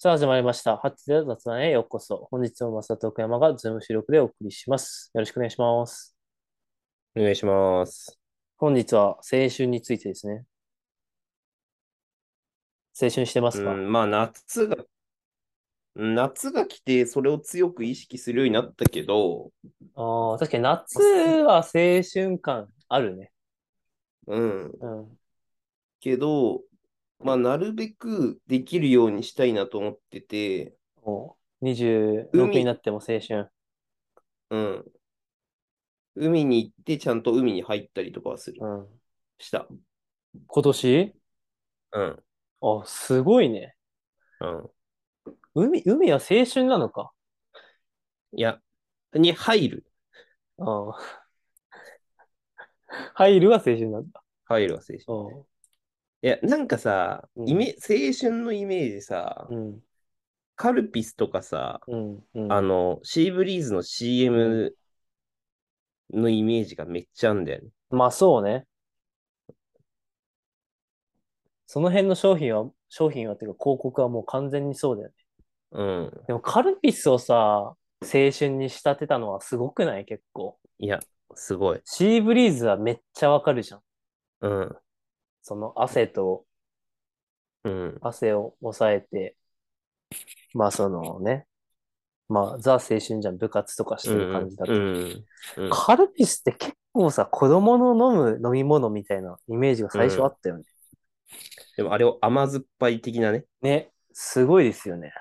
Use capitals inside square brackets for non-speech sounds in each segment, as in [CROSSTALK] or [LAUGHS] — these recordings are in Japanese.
さあ、始まりました。ハッチで雑談へようこそ。本日も増田と奥山がズーム収録でお送りします。よろしくお願いします。お願いします。本日は青春についてですね。青春してますうか、ん、まあ夏が、夏が来て、それを強く意識するようになったけど、ああ、確かに夏は青春感あるね。うん、うん。けど、まあなるべくできるようにしたいなと思ってて、もう26になっても青春。うん。海に行って、ちゃんと海に入ったりとかはする。うん。した。今年うん。あ、すごいね。うん。海、海は青春なのか。いや、に入る。ああ。 [LAUGHS] 入るは青春なんだ。入るは青春。ういや、なんかさ、うんイメ、青春のイメージさ、ん。カルピスとかさ、うん。うん。あの、シーブリーズの CM のイメージがめっちゃあんだよね。まあそうね。その辺の商品は、商品はっていうか広告はもう完全にそうだよね。うん。でもカルピスをさ、青春に仕立てたのはすごくない結構。いや、すごい。シーブリーズはめっちゃわかるじゃん。うん。その汗と、うん。汗を抑えて、まあそのね、まあザ青春じゃん、部活とかしてる感じだと。うん。うんカルピスって結構さ、子供の飲む飲み物みたいなイメージが最初あったよね。でもあれを甘酸っぱい的なね。ね、すごいですよね。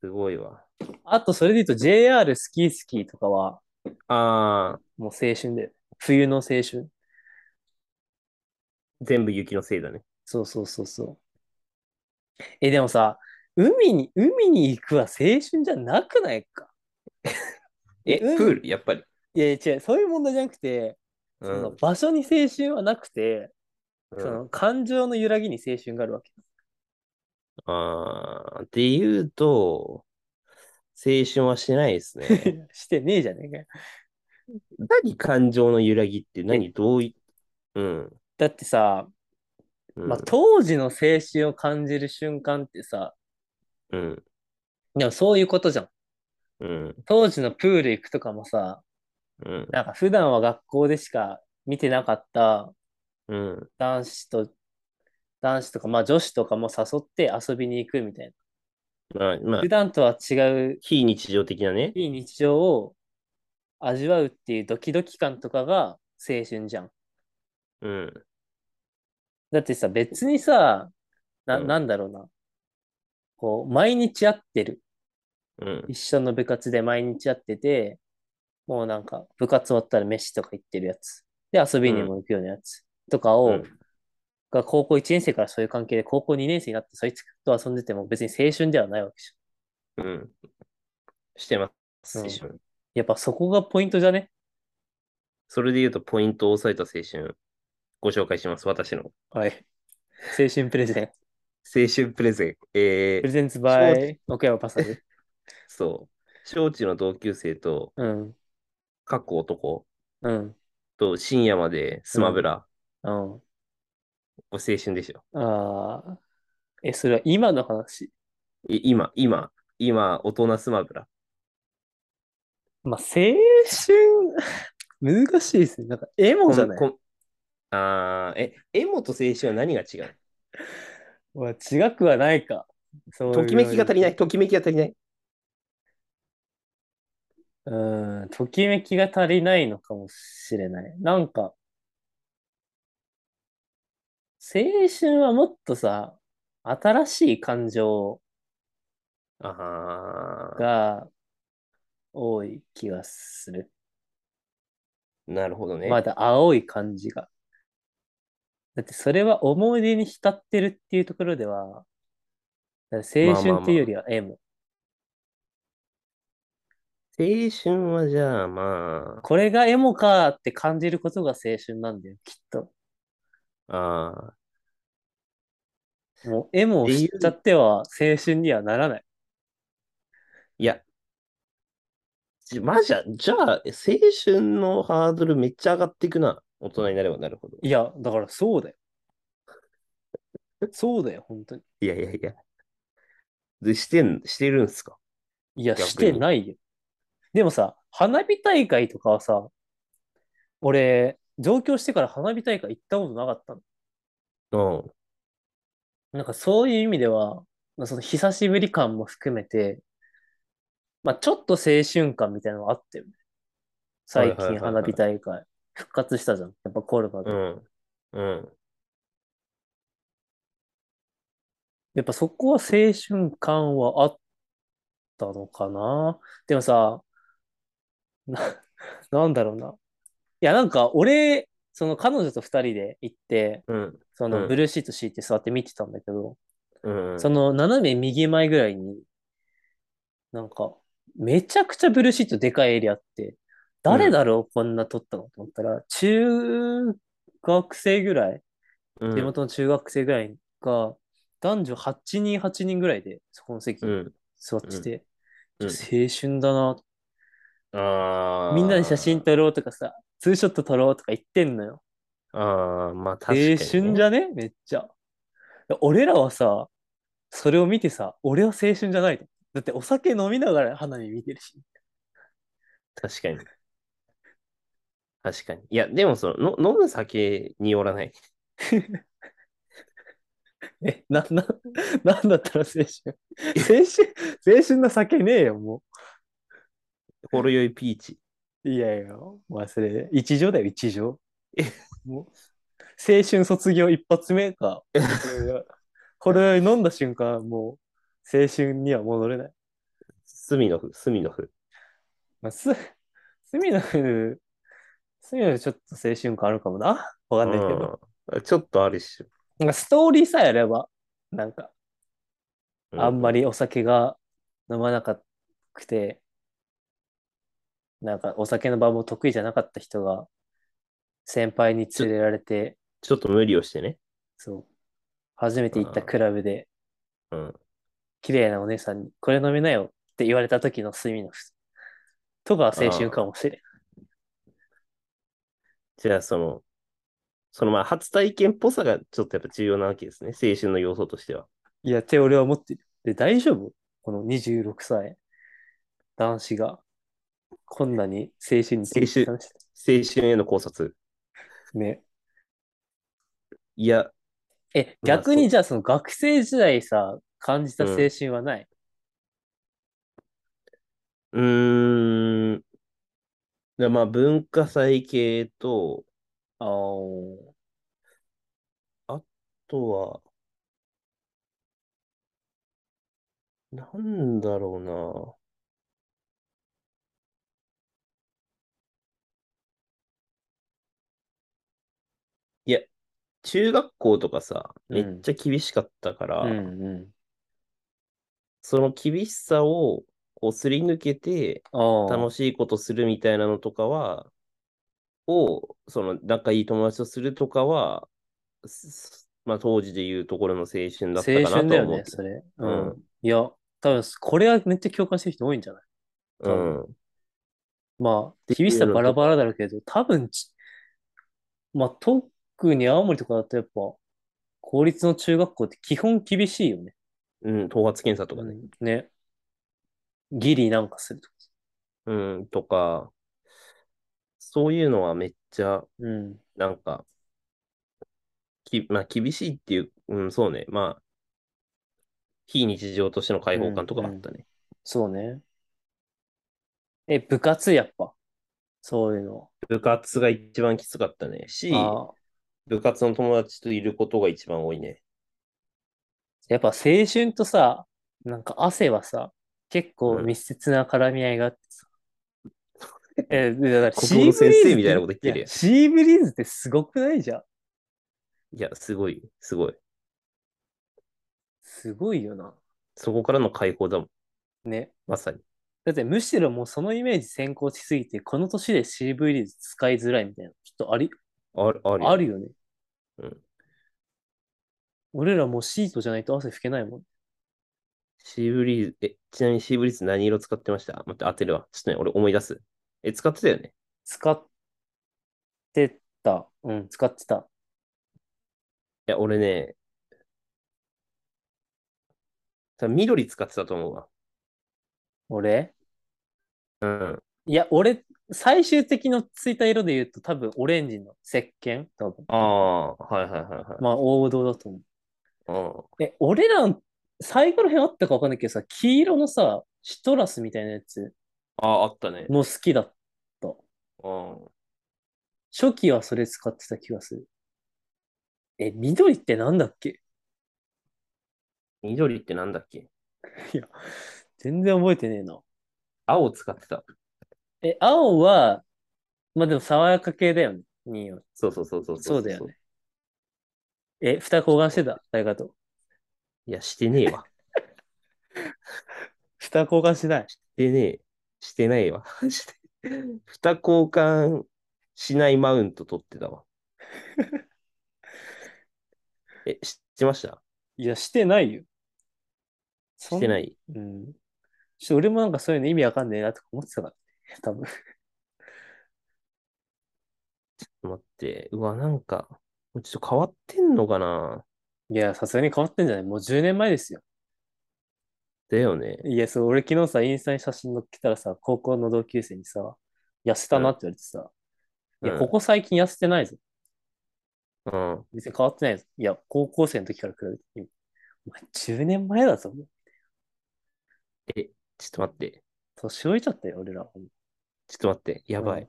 すごいわ。あと、それで言うと JR スキースキーとかは、ああ、もう青春だよ。冬の青春。全部雪のせいだね。そうそうそうそう。え、でもさ、海に、海に行くは青春じゃなくないか。え、うんプール、やっぱり。いやいや違う、そういう問題じゃなくて、うそのん。場所に青春はなくて、そうんの感情の揺らぎに青春がある [LAUGHS] わけ。ああ、で言うと、青春はしてないで [LAUGHS] すね。してねえじゃねえかよ。何感情の揺らぎって何どうい、うん。だってさ、うんまあ、当時の青春を感じる瞬間ってさ、うん。でもそういうことじゃん。うん。当時のプール行くとかもさ、うん。なんか普段は学校でしか見てなかったうん。男子と、男子とか、まあ女子とかも誘って遊びに行くみたいまあ、まな。あ普、段とは違う非日常的なね。いい日常を味わうっていうドキドキ感とかが青春じゃん。うん。だってさ、別にさ、な、うんなんだろうな。こう、毎日会ってる。うん。一緒の部活で毎日会ってて、もうなんか部活終わったら飯とか行ってるやつ。で、遊びにも行くようなやつとかを、うんが高校1年生からそういう関係で、高校2年生になってそいつと遊んでても別に青春ではないわけじうん。してます。うん青春。ゃん。やっぱそこがポイントじゃねそれで言うと、ポイントを押さえた青春、ご紹介します。私の。はい。青春プレ [LAUGHS] ゼン。青春プレゼン。えプレー、ゼンツバそうイ、岡山パサル。そう。小中の同級生と、うん。過去男うん。と深夜までスマブラ。うん。これ青春でしょ。ああ。え、それは今の話。い今、今、今、大人スマブラ。まあ、青春、 [LAUGHS] 難しいですね。なんか、エモじゃないこんこんあーえ、エモと青春は何が違うまあ、違くはないか。そうときめきが足りない、いときめきが足りない。う。うん、ときめきが足りないのかもしれない。なんか、青春はもっとさ、新しい感情あはーが多い気がする。なるほどね。まだ青い感じが。だってそれは思い出に浸ってるっていうところでは、だから青春っていうよりは M。青春はじゃあ、まこれがエモかって感じることが青春なんだよ、きっと。あ、ああ、もうエモを知っちゃっては青春にはならない。いや、じまあ、じゃ、じゃあ、青春のハードルめっちゃ上がっていくな。大人になればなるほど。いや、だからそうだよ。そうだよ、本当に。いやいやいや。で、してん、してるんすかいや、逆にしてないよ。でもさ、花火大会とかはさ、俺、上京してから花火大会行ったことなかったの。うん。なんかそういう意味では、まあその久しぶり感も含めて、まあちょっと青春感みたいなのがあったよね。最はいは近いはいはい花火大会復活したじゃん。やっぱコロナうで。ん。うん。やっぱそこは青春感はあったのかな。でもさ、な、 [LAUGHS] なんだろうな。いやなんか俺、その彼女と二人で行って、うん。そうのんブルーシート敷いて座って見てたんだけど、うん。その斜め右前ぐらいに、なんか、めちゃくちゃブルーシートでかいエリアあって、誰だろう、こんな撮ったのと思ったら、中学生ぐらい、うん地元の中学生ぐらいが、男女8人8人ぐらいで、そこの席うにん。座ってて、うちょん青春だな、ああ。みんなで写真。撮ろうとかさ、ツーショット撮ろうとか言ってんのよ。ああ、まあ確かに、青ね。春じゃねめっちゃ。俺らはさ、それを見てさ、俺は青春じゃないと。だってお酒飲みながら花火見てるし。確かに。確かに。いや、でもその、の飲む酒によらない。え、な、な、なんだったら青春。青春、青春の酒ねえよ、もほろ酔いピーチ。う。いやいや、忘れ。一条だよ、一条。えもう、青春卒業一発目か。これ飲んだ瞬間、もう、青春には戻れない。スミノフ、スミノフ。まあ、す、スミノフ、スミノフちょっと青春感あるかもな。わかんないけど。うんちょっとあるっしょ。なんかストーリーさえあれば、なんか、うあんま。りお酒が飲まなかくて、なんかお酒の場も得意じゃなかった人が、先輩に連れられて、ちょっと無理をしてね。そう、初めて行ったクラブで、うん。綺麗なお姉さんに、これ飲めなよって言われた時のスミノフ。とかは青春かもしれん。じゃあ、その、そのまあ、初体験っぽさがちょっとやっぱ重要なわけですね。青春の要素としては。いや、って俺は思ってる。で、大丈夫この26歳、男子が、こんなに青春に青春青春への考察。ね。いや、え、まあ逆にそうじゃあその学生時代さ、感じた青春はない、うーん。でまあ、文化祭系と、あーあとは、なんだろうな。いや、中学校とかさ、うめんっちゃ厳しかったから、うんうん。その厳しさをこうすり抜けてああ。楽しいことするみたいなのとかは、を、その仲いい友達とするとかは、すまあ当時でいうところの青春だったか青春なとだはよ思うね、けどそれ。う。うんんいや、多分これはめっちゃ共感してる人多いんじゃないうん。まあ、ていう厳しさのとバラバラだろうけど、多分ち、まあ、特に青森とかだとやっぱ、公立の中学校って基本厳しいよね。うん、頭髪検査とかね。うんね。ギリなんかするとか。うん、とか、そういうのはめっちゃ、うん。なんか、き、まあ、厳しいっていう、うん、そうね、まあ、非日常としての解放感とかはあったね。そうね。え、部活やっぱ。そういうの。部活が一番きつかったね。し、ああ。部活の友達といることが一番多いね。やっぱ青春とさ、なんか汗はさ、結構密接な絡み合いがあって [LAUGHS] さ。え、でだから国シーブリ語のー先生ズみたいなこと言ってるやんやシーブリーズってすごくないじゃん。いや、すごい、すごい。すごいよな。そこからの解放だもん、ね。まさに。だってむしろもうそのイメージ先行しすぎて、この年でシーブリーズ使いづらいみたいな。ちょっとあり、ある、あるよあるよね。うん俺らもうシートじゃないと汗拭けないもん。シーブリーズ、え、ちなみにシーブリーズ何色使ってました待って、当てるわ。ちょっとね、俺思い出す。え、使ってたよね。使ってた。うん、使ってた。いや、俺ね、多分緑使ってたと思うわ。俺うん。いや、俺、最終的のついた色で言うと多分オレンジの石鹸多分。ああ、はいはいはいはい。まあ王道だと思う。うんえ、俺らの最後の辺あったかわかんないけどさ、黄色のさ、シトラスみたいなやつああ、あったね。も好きだ。うん。初期はそれ使ってた気がする。え、緑ってなんだっけ [LAUGHS] 緑ってなんだっけ全然覚えてねえな。青使ってた。え、青は、まあでも爽やか系だよね。においそうそうそうそうそうだよね。え、蓋交換してた誰かと。いや、してねえわ。蓋交換しない。してねえ。してないわ。して蓋交換しないマウント取って [LAUGHS] たわ。え、知ってましたいや、してないよ。そしんてない。うん。ちょっと俺もなんかそういうの意味わかんねえなとか思ってたから、多分。待って。うわ、なんか、もうちょっと変わってんのかないや、さすがに変わってんじゃないもう10年前ですよ。だよね。いや、そう、俺昨日さ、インスタに写真載っけたらさ、高校の同級生にさ、痩せたなって言われてさ、いや、ここ最近痩せてないぞ。うん。うん別に変わってないぞ。いや、高校生の時から比べて今、お前10年前だぞ。もうちょっと待って。年老いちゃったよ、俺ら。ちょっと待って。やばうい。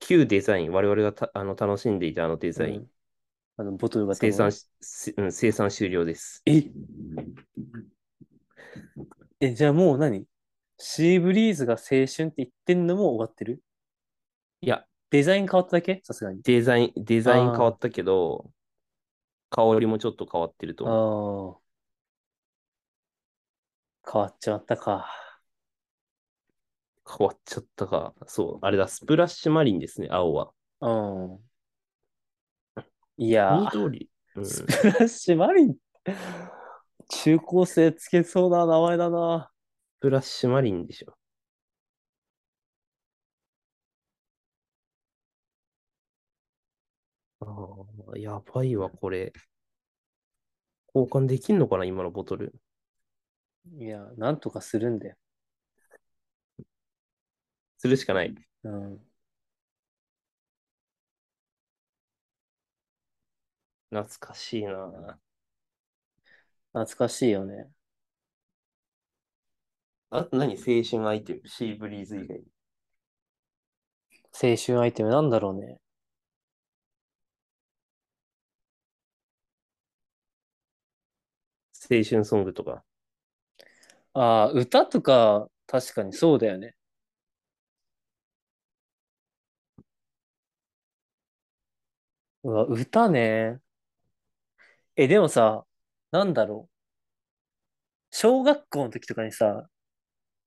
旧デザイン、我々がたあの楽しんでいたあのデザイうン、んあの、ボトルが生産し、せうん、生産終了です。ええ、じゃあもう何シーブリーズが青春って言ってんのも終わってるいや、デザイン変わっただけさすがに。デザイン、デザインあー変わったけど、香りもちょっと変わってるとああ思う。ー。変わっちまったか。変わっちゃったか。そう、あれだ、スプラッシュマリンですね、青は。うん。いやー、緑。うん、スプラッシュマリン。中高生つけそうな名前だな。スプラッシュマリンでしょ。ああ、やばいわ、これ。交換できんのかな、今のボトル。いや、なんとかするんだよ。するしかない。うん。懐かしいな。懐かしいよね。あと何青春アイテムシーブリーズ以外。青春アイテムなんだろうね。青春ソングとか。ああ、歌とか、確かにそうだよね。うわ、歌ね。え、でもさ、なんだろう。小学校の時とかにさ、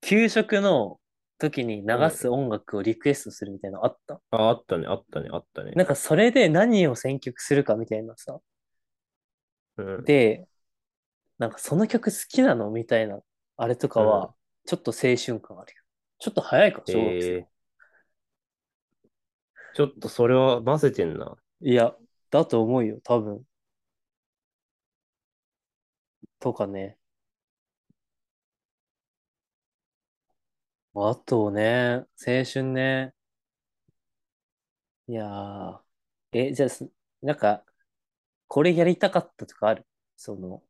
給食の時に流す音楽をリクエストするみたいなのあった。あ、あったね、あったね、あったね。なんかそれで何を選曲するかみたいなさ。うん、で、なんかその曲好きなのみたいな、あれとかうんは、ちょっと青春感あるよ。ちょっと早いか、小学生。えーちょっとそれは混ぜてんな。いや、だと思うよ、多分。とかね。あとね、青春ね。いやー。え、じゃあす、なんか、これやりたかったとかあるその、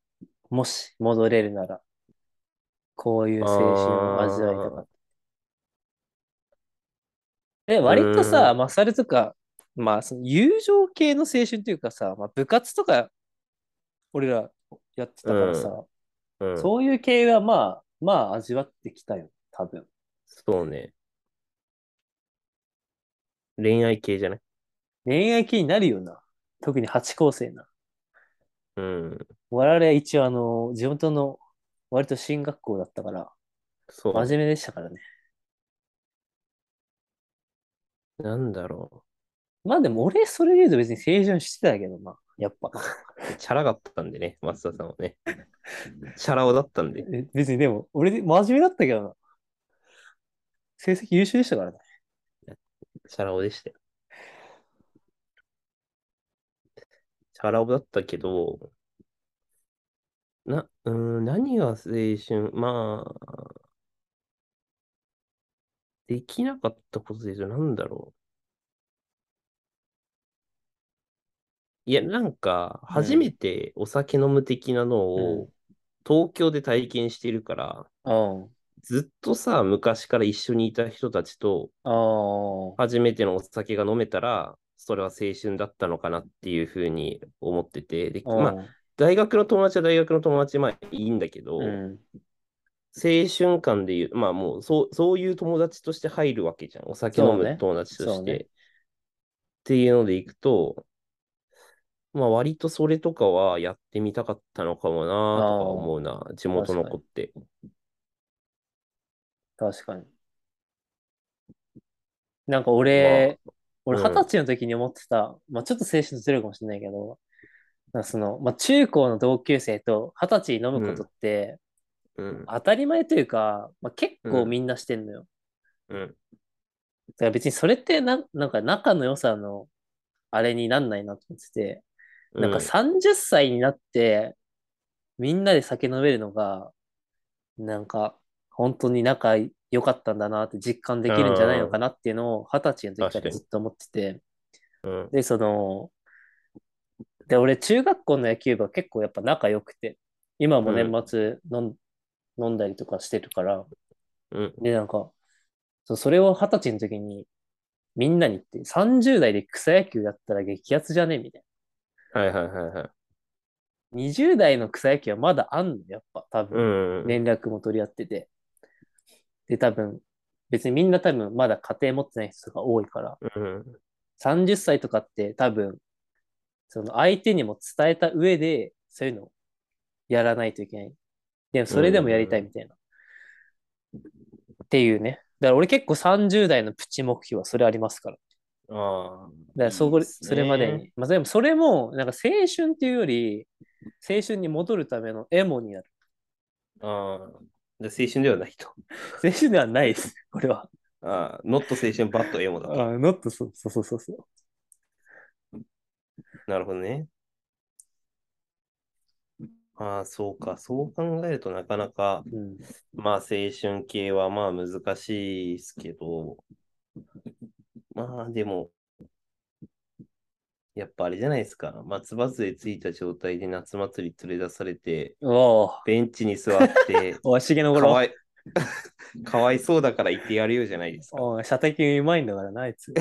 もし戻れるなら、こういう青春を味わいたかった。え、割とさ、うマサルとか、まあ、その友情系の青春というかさ、まあ、部活とか、俺らやってたからさ、うん、そうそういう系はまあ、まあ味わってきたよ、多分。ね。恋愛系じゃない恋愛系になるよな。特に八高生な。うん。我々は一応あの、地元の割と進学校だったから、そう。真面目でしたからね。なんだろまあでも俺、それで言うと別に青春してたけどな、やっぱ。う。チャラかったんでね、松田さんはね。チャラ男だったんで。え別にでも、俺で真面目だったけどな。成績優秀でしたからね。チャラ男でしたよ。チャラ男だったけど、な、うーん、何が青春まあ、できなかったことで言うと何だろう。いや、なんか、ん初めてお酒飲む的なのうを東京で体験してるから、うん。ずっとさ、昔から一緒にいた人たちと、ああ。初めてのお酒が飲めたら、それは青春だったのかなっていうふうに思ってて、で、まあ、大学の友達は大学の友達、まあいいんだけど、うん。青春感でいう、まあもうそう、そういう友達として入るわけじゃん。お酒飲そうむね友達とそしうて。ねっていうのでいくと、まあ割とそれとかはやってみたかったのかもなとか思うな、地元の子って。確かに。なんか俺、俺うん二十歳の時に思ってた、まあちょっと青春とずれるかもしれないけど、なんかその、まあ中高の同級生と二十歳に飲むことって、うん。当たり前というか、まあ結構みんなしてんのよ。うだん。から別にそれってな、なんか仲の良さの、あれになんないなと思ってて、なんか30歳になって、みんなで酒飲めるのが、なんか、本当に仲良かったんだなって実感できるんじゃないのかなっていうのを、二十歳の時確かからにずっと思ってて、うん、うん。で、その、で、俺、中学校の野球部は結構やっぱ仲良くて、今も年末飲ん,、飲んだりとかしてるから、うん。で、なんか、そうそれを二十歳の時に、みんなに言って、30代で草野球やったら激アツじゃねみたいな。はいはいはいはい。 20代の草野球はまだあんの、やっぱ、多う分。ん。連絡も取り合ってて。で、多分、別にみんな多分まだ家庭持ってない人とか多いから、うん。 30歳とかって多分、その相手にも伝えた上で、そういうのをやらないといけない。でも、それでもやりたいみたいな。っていうね。だから俺結構30代のプチ目標はそれありますから。ああ。だからそこいいっすねそれまで。に。まあでもそれも、なんか青春っていうより、青春に戻るためのエモになる。ああ。で青春ではないと。青春ではないです、 [LAUGHS] これは。ああ。ノット青春、バットエモだと。あ、ノット、そうそうそうそうそう。なるほどね。ああ、そうか。そう考えるとなかなか、うん、まあ青春系はまあ難しいですけど、まあでも、やっぱあれじゃないですか。松葉杖ついた状態で夏祭り連れ出されて、おお、ベンチに座って、 [LAUGHS] おい、重のか頃。わい、 [LAUGHS] かわいそうだから言ってやるようじゃないですか。おい、射的うまいんだからな、あい [LAUGHS] つ。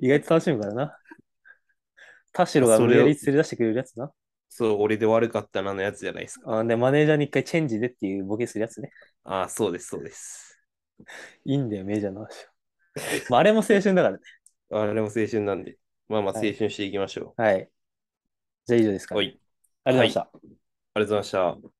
意外と楽しむからな。田代が無理やり連れ出してくれるやつな。そう、俺で悪かったなのやつじゃないですか。あで、マネージャーに一回チェンジでっていうボケするやつね。ああ、そうです、そうです。いいんだよ、メジャーの話は。まあ、あれも青春だからね。あれも青春なんで、まあまあ青はい春していきましょはい。じゃあ以上ですう。か、はね。い、ありがとうございました。ありがとうございました。